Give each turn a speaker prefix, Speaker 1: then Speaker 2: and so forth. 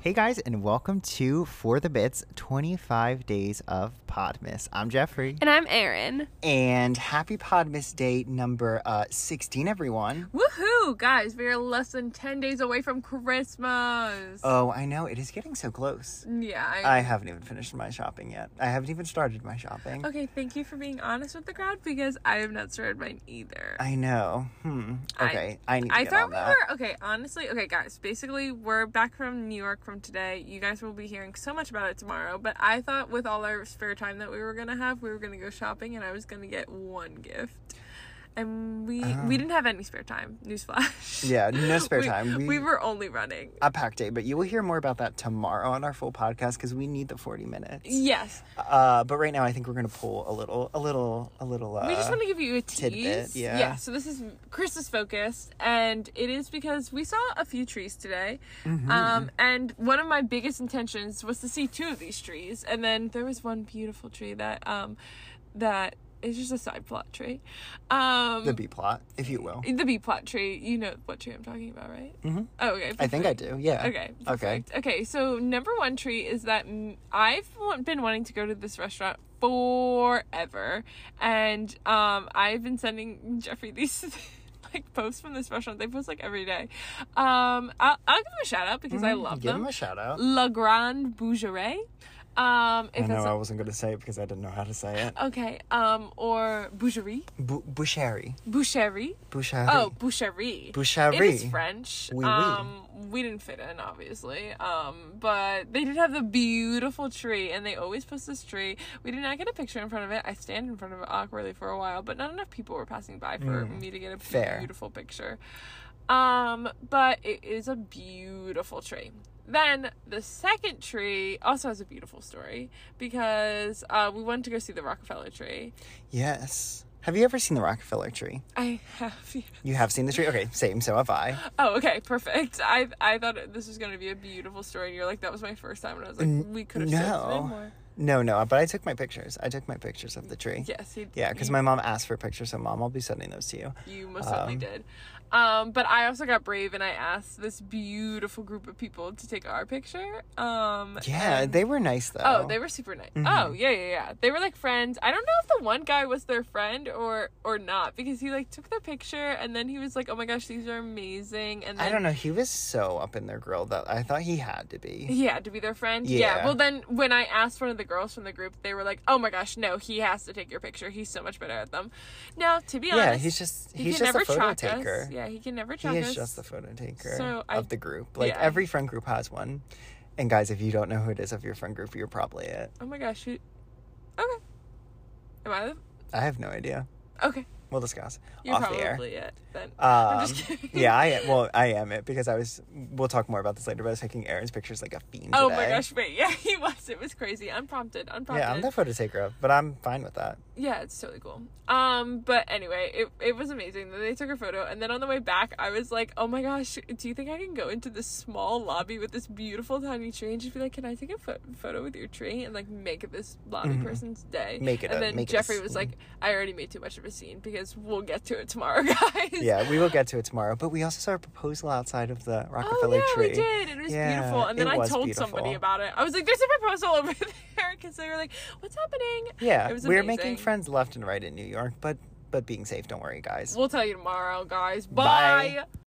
Speaker 1: Hey guys, and welcome to For the Bits 25 Days of Podmas. I'm Jeffrey,
Speaker 2: And I'm Erin.
Speaker 1: and happy Podmas Day number uh, 16, everyone.
Speaker 2: Woohoo! Guys, we are less than 10 days away from Christmas.
Speaker 1: Oh, I know, it is getting so close.
Speaker 2: yeah. I-
Speaker 1: I haven't even finished my shopping yet. I haven't even started my shopping.
Speaker 2: okay, thank you for being honest with the crowd because I have not started mine either.
Speaker 1: I know. Hmm.
Speaker 2: I-
Speaker 1: Okay, I, need to
Speaker 2: I
Speaker 1: get on
Speaker 2: thought we
Speaker 1: that.
Speaker 2: were okay. Honestly, okay, guys. Basically, we're back from New York from today. You guys will be hearing so much about it tomorrow. But I thought with all our spare time that we were gonna have, we were gonna go shopping, and I was gonna get one gift. And we we didn't have any spare time. Newsflash.
Speaker 1: Ah. Yeah, no spare
Speaker 2: We-
Speaker 1: time.
Speaker 2: We,
Speaker 1: We,
Speaker 2: were only running.
Speaker 1: a packed day, but you will hear more about that tomorrow on our full podcast because we need the 40 minutes.
Speaker 2: Yes,
Speaker 1: Uh, but right now, I think we're gonna pull a little, a little, a little. Uh,
Speaker 2: we just want to give you a tease.
Speaker 1: tidbit, yeah.
Speaker 2: So this is Chris's focused, and it is because we saw a few trees today,
Speaker 1: Mm-hmm.
Speaker 2: um, and one of my biggest intentions was to see two of these trees, and then there was one beautiful tree that um, that is just a side plot tree, um,
Speaker 1: the B plot, if you will.
Speaker 2: the B plot tree. You know what tree I'm talking about, right? Mm-hmm. Oh, okay.
Speaker 1: I think I do. Yeah.
Speaker 2: Okay.
Speaker 1: Okay.
Speaker 2: Perfect. Okay. So number one treat is that mm, I've wa- been wanting to go to this restaurant forever, and um, I've been sending Jeffrey these. Like posts from this restaurant, they post like every day. Um, I'll, I'll give them a shout out because I love
Speaker 1: Mm-hmm. Give
Speaker 2: them.
Speaker 1: him a shout out.
Speaker 2: La Grande Bougerie. Um, if
Speaker 1: I know
Speaker 2: that's
Speaker 1: I wasn't gonna say it because I didn't know how to say it.
Speaker 2: okay. Um, or Bougerie,
Speaker 1: Uh, Bu- Boucherie.
Speaker 2: Boucherie.
Speaker 1: Boucherie.
Speaker 2: Oh, Boucherie. It is
Speaker 1: Boucherie.
Speaker 2: French.
Speaker 1: Oui, oui.
Speaker 2: um, we didn't fit in, obviously. Um, but they did have the beautiful tree, and they always post this tree. We did not get a picture in front of it. I stand in front of it awkwardly for a while, but not enough people were passing by for me to get a
Speaker 1: Mm, fair.
Speaker 2: beautiful picture. Um, but it is a beautiful tree. Then the second tree also has a beautiful story because uh, we wanted to go see the Rockefeller tree.
Speaker 1: Yes. Have you ever seen the Rockefeller tree?
Speaker 2: I have.
Speaker 1: You have seen the tree? Okay, same, so have I.
Speaker 2: Oh, okay, perfect. I I thought it- this was gonna be a beautiful story, and you're like, that was my first time, and I was like, we could have
Speaker 1: no.
Speaker 2: more.
Speaker 1: No, no, but I took my pictures. I took my pictures of the tree.
Speaker 2: Yes, he,
Speaker 1: Yeah, because
Speaker 2: you,
Speaker 1: my mom asked for pictures, so mom, I'll be sending those to you.
Speaker 2: you most certainly did. Um, but I also got brave, and I asked this beautiful group of people to take our picture. Um,
Speaker 1: Yeah, Mm-hmm.
Speaker 2: and-
Speaker 1: they were nice though.
Speaker 2: Oh, they were super nice. Oh, yeah, yeah, yeah. They were like friends. I don't know if the one guy was their friend or or not because he like took the picture and then he was like, "Oh my gosh, these are amazing." And then
Speaker 1: I don't know. He was so up in their grill that I thought he had to be.
Speaker 2: He had to be their friend. Yeah.
Speaker 1: Yeah.
Speaker 2: Well, then when I asked one of the girls from the group, they were like, "Oh my gosh, no! He has to take your picture. He's so much better at them." No, to be honest,
Speaker 1: yeah, he's just
Speaker 2: he
Speaker 1: he's
Speaker 2: can
Speaker 1: just a
Speaker 2: never
Speaker 1: photo
Speaker 2: track us.
Speaker 1: taker.
Speaker 2: Yeah, he can never track
Speaker 1: He
Speaker 2: us.
Speaker 1: is just the photo taker
Speaker 2: So, I-
Speaker 1: of the group. Like
Speaker 2: yeah.
Speaker 1: every friend group has one. And guys, if you don't know who it is of your friend group, you're probably it.
Speaker 2: oh my gosh. Who- okay. Am I the?
Speaker 1: I have no idea.
Speaker 2: Okay,
Speaker 1: We'll discuss
Speaker 2: you're
Speaker 1: off the air.
Speaker 2: probably it then.
Speaker 1: Um,
Speaker 2: just kidding.
Speaker 1: yeah, I am. Well, I am it because I was. We'll talk more about this later. But I was taking Aaron's pictures like a fiend.
Speaker 2: Oh my
Speaker 1: today.
Speaker 2: gosh! Wait, yeah, he was. It was crazy. Unprompted. Unprompted.
Speaker 1: Yeah, I'm the photo taker, of, but I'm fine with that.
Speaker 2: Yeah, it's totally cool. Um, but anyway, it, it was amazing. Then they took a photo, and then on the way back, I was like, "Oh my gosh, do you think I can go into this small lobby with this beautiful tiny tree and just be like, can I take a pho- photo with your tree and like make this lobby person's day?"
Speaker 1: Mm-hmm. Make it
Speaker 2: And
Speaker 1: a-
Speaker 2: then
Speaker 1: make it a
Speaker 2: Jeffrey was like, "I already made too much of a scene because we'll get to it tomorrow, guys."
Speaker 1: Yeah, we will get to it tomorrow. But we also saw a proposal outside of the
Speaker 2: Oh
Speaker 1: Rockefeller
Speaker 2: yeah,
Speaker 1: tree.
Speaker 2: we did. It was
Speaker 1: Yeah,
Speaker 2: beautiful. And then
Speaker 1: it
Speaker 2: I
Speaker 1: was
Speaker 2: told
Speaker 1: beautiful.
Speaker 2: somebody about it. I was like, "There's a proposal over there," because they were like, "What's happening?"
Speaker 1: Yeah,
Speaker 2: It was
Speaker 1: we we're
Speaker 2: amazing.
Speaker 1: making friends left and right in New York, but but being safe. Don't worry, guys.
Speaker 2: We'll tell you tomorrow, guys.
Speaker 1: Bye.
Speaker 2: Bye.